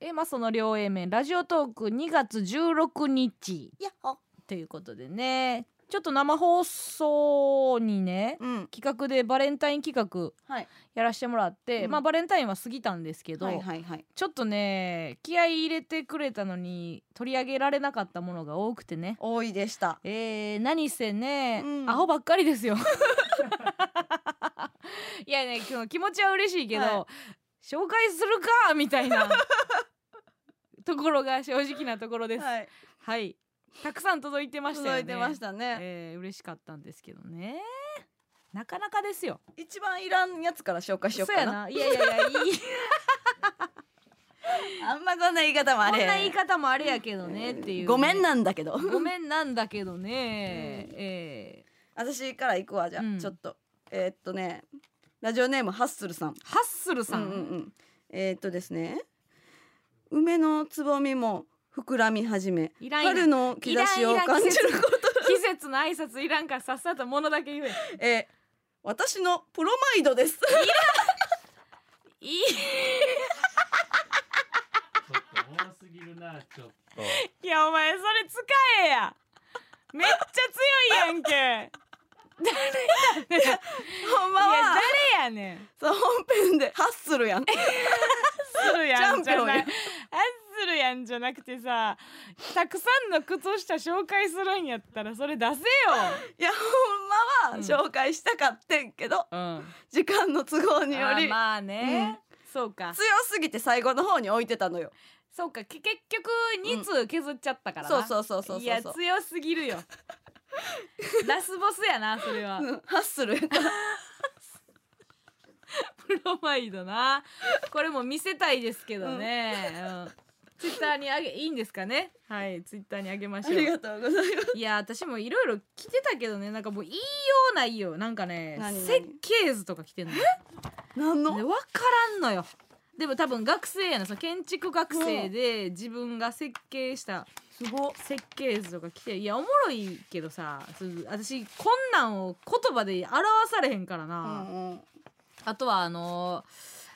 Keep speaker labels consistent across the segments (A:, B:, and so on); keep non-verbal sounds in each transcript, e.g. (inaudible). A: えまあその両 A 面ラジオトーク2月16日
B: やっほ
A: ということでねちょっと生放送にね
B: うん
A: 企画でバレンタイン企画
B: はい
A: やらしてもらって、
B: うん
A: まあバレンタインは過ぎたんですけど、
B: はいはいはい
A: ちょっとね気合い入れてくれたのに取り上げられなかったものが多くてね
B: 多いでした
A: えー、何せね、
B: うん
A: アホばっかりですよ (laughs) いやねその気持ちは嬉しいけど、
B: は
A: 紹介するかみたい
B: (laughs)
A: なところが正直なところですはい、
B: はい
A: たくさん届いてましたよね
B: 届いてましたね
A: えー嬉しかったんですけどねなかなかですよ
B: 一番いらんやつから紹介しよう
A: そう
B: か
A: や
B: な
A: ないやいやいやいい
B: あんまこんな言い方 (laughs) もあ
A: こ
B: れ
A: んな言い方もあれやけどねっていう
B: ごめんなんだけど
A: ごめんなんだけどね、え
B: 私から行くわじゃあ、
A: うん
B: ちょっとえーっとねラジオネームハッスルさん
A: ーハッスルさん、
B: うんうんうん、えーっとですね梅のつぼみも膨らみ始め
A: いらんいらん
B: 春の兆しを感じること
A: 季節の挨拶いらんからさっさとものだけ言え
B: (laughs) えー私のプロマイドです
A: いい
C: ちょっと多すぎるな、ちょっと。
A: いやお前それ使えやめっちゃ強いやんけ
B: ほんま
A: い
B: は
A: や誰やねん
B: (laughs) そう本編でハッスルやん
A: するやんじ
B: チャンピ
A: ゃ
B: オン
A: な
B: や
A: いあするやんじゃなくてさたくさんの靴下紹介するんやったらそれ出せよ
B: いやほんまは
A: うん
B: 紹介したかってんけど、
A: うん
B: 時間の都合により、
A: まあ
B: ね、
A: そうか
B: 強すぎて最後の方に置いてたのよ
A: そうかけ結局2通削っちゃったからな、
B: そうそうそうそうそうそう
A: いや強すぎ
B: (laughs)
A: るよラスボスやなそれは
B: うんハ
A: (laughs)
B: ッスルやった
A: プロマイドなこれも見せたいですけどね、うんツイッターにあげいいんですかねはいツイッターにあげまし
B: あ
A: ょ
B: り
A: う
B: がとうございます
A: いや私もいろいろ着てたけどねなんかもう言いようないよなんかね
B: 何々
A: 設計図とか着てんの
B: 何
A: で
B: の
A: 分からんのよでも多分学生やなその建築学生で自分が設計したすご設計図とか来ていやおもろいけどさそう私こんなんを言葉で表されへんから
B: う
A: な、
B: ん
A: あとはあの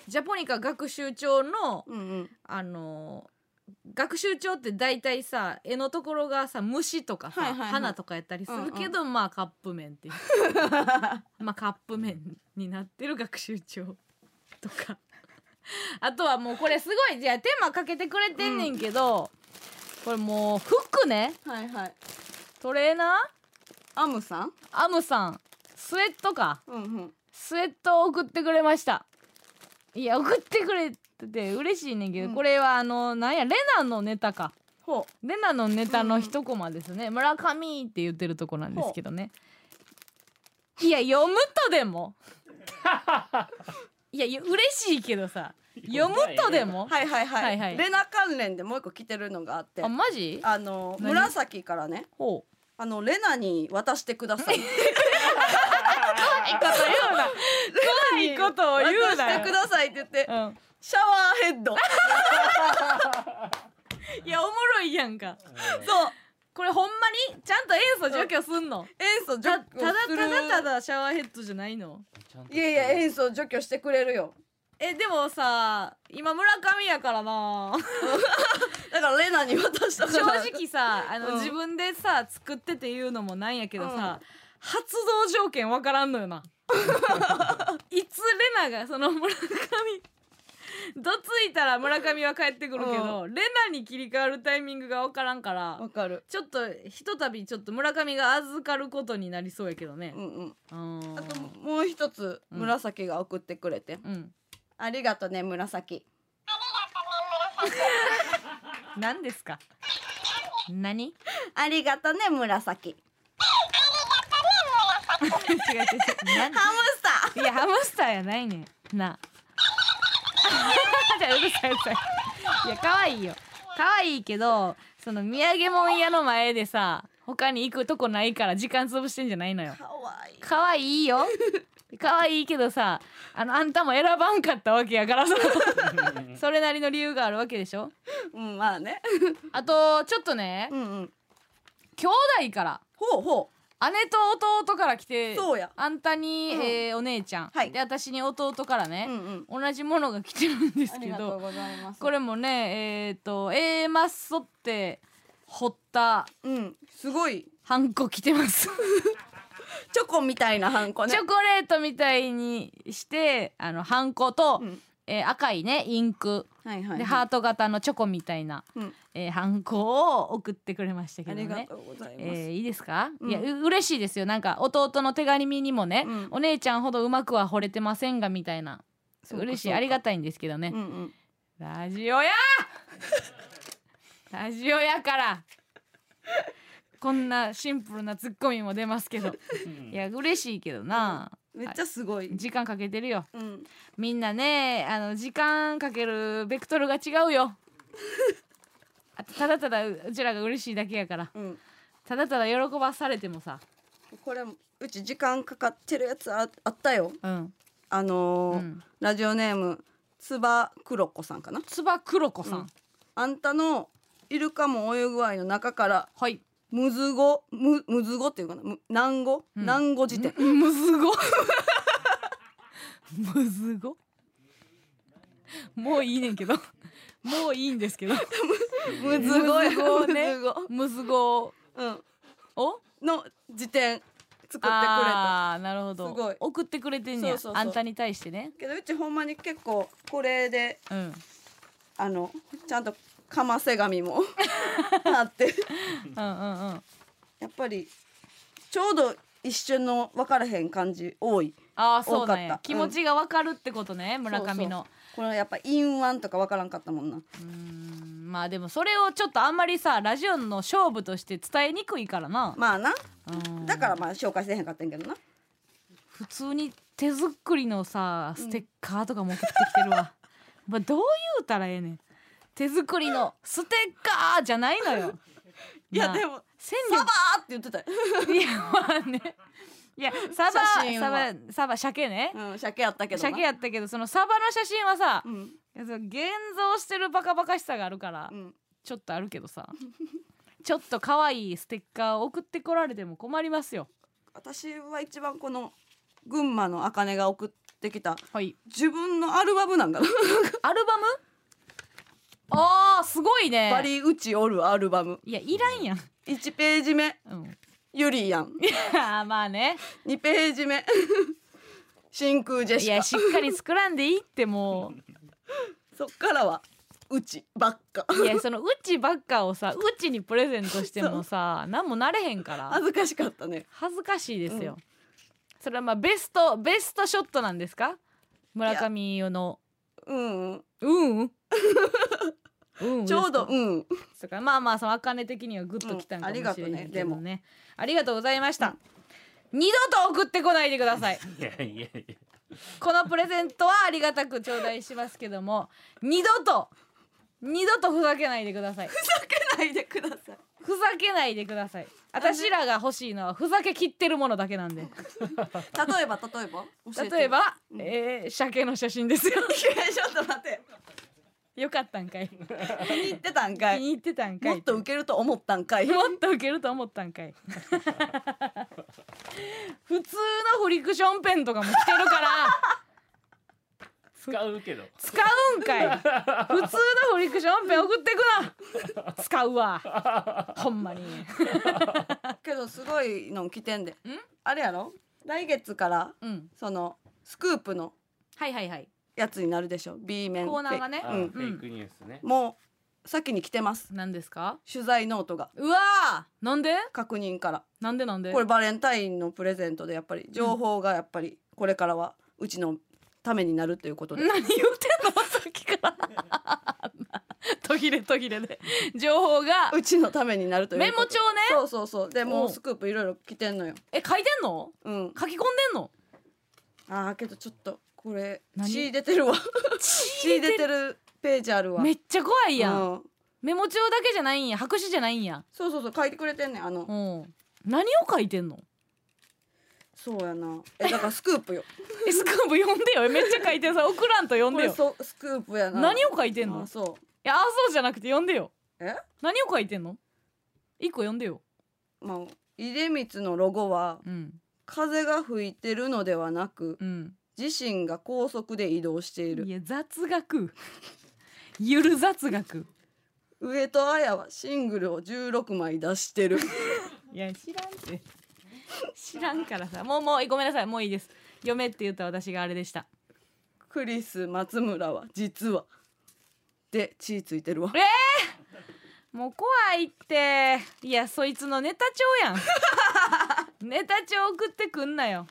A: ジャポニカ学習帳の
B: うんうんうん
A: あの学習帳って大体さ絵のところがさ虫とかさ、
B: はいはいはい
A: 花とかやったりするけど、まあカップ麺
B: (laughs)
A: っていうまあカップ麺になってる学習帳とかあとはもうこれすごいじゃあ手間かけてくれてんねんけど、これもう服ね
B: はいはい
A: トレーナー
B: アムさん
A: アムさんスウェットか
B: うんうん
A: スウェットを送ってくれましたいや送ってくれてて嬉しいねんけど、
B: うん
A: これはあのなんやレナのネタか
B: ほ
A: レナのネタの一コマですね、村上って言ってるとこなんですけどねいや読むとでもいや嬉しいけどさ読むとでも
B: う、はいはいはい、
A: はいはい
B: レナ関連でもう一個来てるのがあって
A: あ
B: あ
A: マジ
B: の
A: 何
B: 紫からね
A: ほう
B: あのレナに渡してください
A: いいこと言うな怖いことを言う
B: 渡
A: な
B: してくださいって言って
A: よ、
B: シャワ
A: (laughs)
B: ーヘッド
A: うん、いやおもろいやんか
B: そう
A: これほんまにちゃんと塩素除去すんの、
B: 塩素除
A: た
B: 去
A: ただ
B: する
A: ただただシャワーヘッドじゃないの
B: いやいや塩素除去してくれるよ
A: えでもさ今村上やから (laughs) な
B: だからレナに渡したか
A: 正
B: ら
A: 直さあの、
B: うん
A: 自分でさ作ってて言うのもなんやけどさ、発動条件わからんのよ (laughs) ないつレナがその村上どついたら村上は帰ってくるけど、レナに切り替わるタイミングがわからんから、
B: わかる
A: ちょっとひとたびちょっと村上が預かることになりそうやけどね
B: う、んうん
A: うん
B: あともう一つ
A: うん
B: 紫が送ってくれて、
A: うん
B: ありがとね紫
A: 何ですか何違
B: ありがとね
A: う
B: 紫
A: 違う違うなん
B: ハムスター
A: いやハムスターやないねんな (laughs) あじゃあうるさいうるさいいや可愛いよ可愛いけどその土産物屋の前でさ他に行くとこないから時間潰してんじゃないのよ
B: かわいい
A: 可愛いよ可愛いけどさあのあんたも選ばんかったわけやからそのそれなりの理由があるわけでしょ
B: うんまあね
A: あとちょっとね
B: うんうん
A: 兄弟から
B: ほうほ
A: と弟から来て
B: そうや
A: あんたに、
B: うん
A: えーお姉ちゃん、
B: はい
A: で私に弟から
B: うんう
A: ね、
B: ん
A: 同じものが来てるんです
B: あ
A: け
B: りがと
A: ど
B: うございます
A: これもねえっ、と A マッソって掘った
B: うんすごい
A: ハンコ来て
B: (laughs)
A: ます
B: チョコみたいなハンコね
A: チョコレートみたいにしてあのハンコと、
B: うん
A: えー赤いねインク
B: はいはい
A: で、
B: はい
A: ハート型のチョコみたいな、
B: うん
A: えー、ハンコを送ってくれましたけ
B: あ
A: ど
B: りが
A: ね。
B: とうございます、
A: えーいいですか、
B: うん
A: いやう嬉しいですよなんか弟の手紙にもね、
B: うん
A: お姉ちゃんほどうまくは惚れてませんがみたいな
B: そうか
A: 嬉し
B: そう
A: い
B: か
A: ありがたいんですけどね、
B: うんうん
A: ラジオやラジオやからこんなシンプルなツッコミも出ますけどいや嬉しいけどな、
B: めっちゃすごい、
A: 時間かけてるよ
B: うん
A: みんなねあの時間かけるベクトルが違う
B: (laughs)
A: よあとただただううちらが嬉しいだけやから
B: うん
A: ただただ喜ばされてもさ
B: これうち時間かかってるやつああったよ
A: うん
B: あのー
A: うん
B: ラジオネームつばくろこさんかな
A: つばくろこさん、
B: うんあんたのイルカも泳ぐ愛の中から
A: はい
B: むずごむむずごっていうかなむ南語、
A: うん
B: 南
A: (laughs)
B: 語辞典
A: むずごむずごもういいねんけどもういいんですけど
B: むずごや
A: むずごね
B: (laughs) むずご
A: むずご
B: うん
A: を
B: の辞典作ってくれた
A: ああーなるほど
B: すごい
A: 送ってくれてんねや
B: そうそうそう
A: あんたに対してね
B: けどうちほんまに結構これで
A: うん
B: あのちゃんとかませ紙も (laughs) あって
A: うんうんうん
B: やっぱりちょうど一瞬の分からへん感じ多い
A: ああそうなん
B: 多か
A: や
B: った
A: 気持ちがわかるってことね、村上の
B: これやっぱ陰腕とか分からんかったもんな
A: うーんまあでもそれをちょっとあんまりさラジオの勝負として伝えにくいからな、
B: まあな
A: うん
B: だからまあ紹介せへんかったんやけどな
A: 普通に手作りのさステッカーとかも送ってきてるわ、 (laughs) まあどう言うたらええねん手作りのステッカーじゃないのよ
B: (laughs) いや
A: なあ
B: でも
A: 戦
B: 「サバ!」って言ってたよ、
A: 力いやまあねいやサ
B: 写
A: バ
B: 真
A: サ
B: は
A: バサバ鮭ね、
B: うん、鮭やったけどな
A: 鮭やったけどそのサバの写真はさ、
B: うん
A: いやその現像してるバカバカしさがあるから、
B: うん
A: ちょっとあるけどさ (laughs) ちょっと可愛いステッカー送ってこられても困りますよ
B: 私は一番この群馬の茜が送ってきた
A: はい
B: 自分のアルバムなんかな
A: アルバムあーすごいね
B: バリうちおるアルバム
A: いやいらんやん、
B: 1ページ目
A: うん、い
B: ゆりやん
A: やま (laughs) あね
B: 2ページ目真空ジェ
A: い
B: シ
A: や
B: カ
A: しっかり作らんでいいっても
B: そっからはうちばっか
A: (laughs) ういやそのうちばっかをさうちにプレゼントしてもさ何もなれへんから
B: 恥ずかしかったね
A: 恥ずかしいですよ、
B: う
A: それはまあベストベストショットなんですか村上の
B: うんうん
A: (laughs) うんうん。うん
B: ちょう
A: ですか
B: どうん
A: だからまあまあその茜的にはグッときたんかもしれないけど
B: うんありがとうねでも
A: ね。ありがとうございました。二度と送ってこないでください。
C: いやいやいや
A: このプレゼントはありがたく頂戴しますけども、二度と二度とふざけないでください。
B: ないでください
A: ふざけないでください。私らが欲しいのはふざけ切ってるものだけなんで。
B: (laughs) 例えば例えば教て
A: 例えば、えー、鮭の写真ですよ。
B: いやちょっと待って
A: よかったんかい。
B: (laughs) 気に入ってたんか
A: 気
B: (laughs) い
A: に入ってたんかい。
B: もっと受けると思ったんかい
A: もっと受けると思ったんかい普通のフリクションペンとかも来てるから
C: 使うけど
A: 使うんかい普通のフリクションペン送ってくな使うわほんまに
B: けどすごいの来てんであれやろ来月から
A: うん
B: そのスクープの
A: はいはいはい
B: やつになるでしょ B 面
A: コーナーがね
C: あ
B: うん
C: ーフェイクニュースね
B: もう先に来てます
A: 何ですか
B: 取材ノートが
A: うわーなんで
B: 確認から
A: なんでなんで
B: これバレンタインのプレゼントでやっぱり情報がやっぱりこれからはうちのためになるということで、
A: 何言うてんの (laughs) さっき
B: (laughs)
A: から途切れ途切れで情報が
B: うちのためになるということ
A: メモ帳ね
B: そうそうそうで
A: お
B: もう
A: う
B: スクープいろいろ来てんのよ
A: え書いてんの
B: うん
A: 書き込んでんの
B: あーけどちょっとこれ
A: 何
B: 血
A: (laughs)
B: 出てるわ血出てるページあるわ
A: めっちゃ怖いやん
B: うん
A: メモ帳だけじゃないんや白紙じゃないんや
B: そうそうそう書いてくれてんねんあの、
A: うん何を書いてんの
B: そうやなえだからスクープ
A: (laughs)
B: よ
A: えスクープ読んでよめっちゃ書いてるさ送らんと読ん
B: こ
A: で
B: れ
A: よ
B: そスクープやな
A: 何
B: を
A: を書いてんのい
B: あそ
A: やあそうじゃなくて読んでよ
B: うえ
A: 何を書いてんの一個読んでよ
B: まあ出光のロゴは
A: うん
B: 風が吹いてるのではなく
A: うん
B: 自身が高速で移動している
A: いや雑学 (laughs) ゆる雑学
B: 上戸彩はシングルを16枚出してる
A: いや知らんって知らんからさもうもうごめんなさいもういいです嫁って言った私があれでした
B: クリス松村は実はで血ついてるわ
A: もう怖いっていやそいつのネタ帳やん (laughs) ネタ帳送ってくんなよ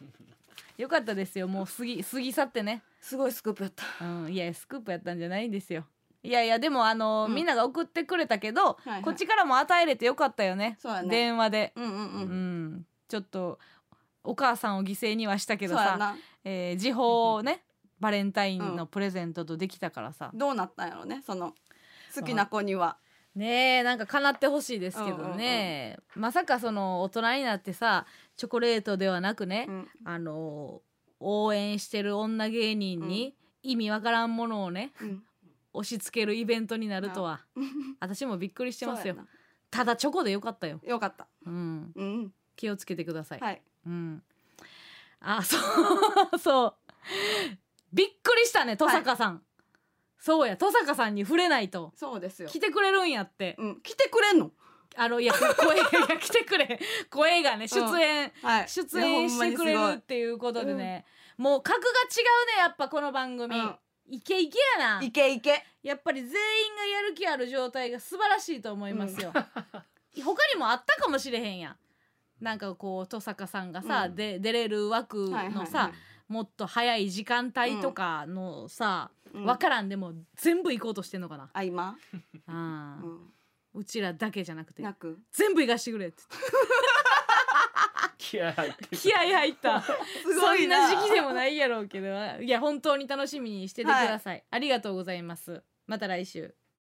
A: よかったですよもう過ぎ過ぎ去ってね
B: すごいスクープやった
A: うんいやスクープやったんじゃないんですよいやいやでもあの、
B: うん
A: みんなが送ってくれたけど、
B: いはい
A: こっちからも与えれてよかったよね
B: そうやね
A: 電話で、
B: うんうんう
A: うん
B: ん
A: ちょっとお母さんを犠牲にはしたけど
B: そうや
A: さ、
B: な
A: えー時報をねバレンタインのプレゼントとできたからさ、
B: どうなったんやろねその好きな子には
A: ねえなんか叶ってほしいですけどね、まさかその大人になってさチョコレートではなくね、
B: うん
A: あの応援してる女芸人に意味わからんものをね
B: うん
A: 押し付けるイベントになるとは私もびっくりしてますよ
B: そうや
A: ただチョコでよかったよ、
B: なよかった
A: うん、
B: うん
A: 気をつけてください、
B: はい
A: うん、あそうそう (laughs) びっくりしたね登坂さん、そうや登坂さんに触れないと
B: そうですよ
A: 来てくれるんやって、
B: うん来てくれんの
A: あのいや声が来てくれ声がね出演、
B: はい
A: 出演してくれ
B: いやほんま
A: る
B: に
A: っていうことでね、もう格が違うねやっぱこの番組、
B: うん
A: イケイケや
B: すご
A: ない
B: いけいけ
A: やっぱり全員がやる気ある状態が素晴らしいと思いますよ、他にもあったかもしれへんやんなんかこう登坂さんがさ、
B: うん
A: で出れる枠
B: はいは
A: の
B: い
A: さ、もっと早い時間帯とかのさ、
B: うん
A: 分からんでも全部行こうとしてんのかな、
B: あ今
A: あ
B: う
A: ー
B: ん
A: うちらだけじゃなくて
B: なく
A: 全部行かしてくれって
C: 気合入ってる
A: 気合入った
B: すごいな
A: そんな時期でもないやろうけどいや本当に楽しみにしててください、ありがとうございますまた来週